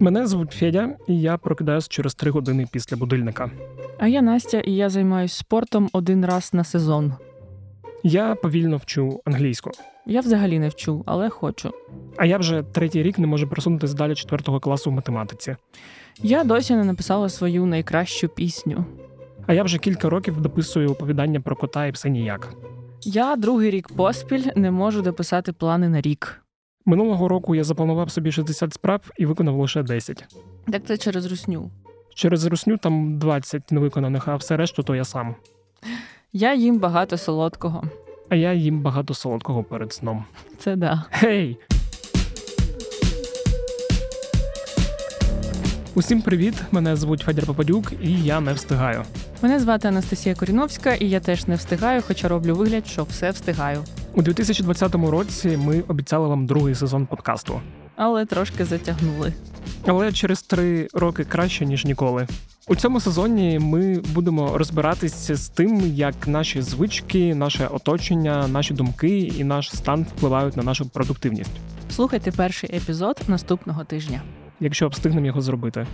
Мене звуть Федя, і я прокидаюсь через три години після будильника. А я Настя, і я займаюся спортом один раз на сезон. Я повільно вчу англійську, Я взагалі не вчу, але хочу. а я вже третій рік не можу просунутися далі четвертого класу в математиці. Я досі не написала свою найкращу пісню. А я вже кілька років дописую оповідання про кота і все ніяк. Я другий рік поспіль не можу дописати плани на рік. Минулого року я запланував собі 60 справ і виконав лише 10. Так це через русню. Через русню там 20 невиконаних, а все решту то я сам. Я їм багато солодкого. А я їм багато солодкого перед сном. Це да. Гей! Усім привіт! Мене звуть Федір Попадюк, і я не встигаю. Мене звати Анастасія Коріновська, і я теж не встигаю, хоча роблю вигляд, що все встигаю. У 2020 році ми обіцяли вам другий сезон подкасту, Але трошки затягнули. але через три роки краще ніж ніколи. У цьому сезоні ми будемо розбиратися з тим, як наші звички, наше оточення, наші думки і наш стан впливають на нашу продуктивність, Слухайте перший епізод наступного тижня. якщо встигнемо його зробити.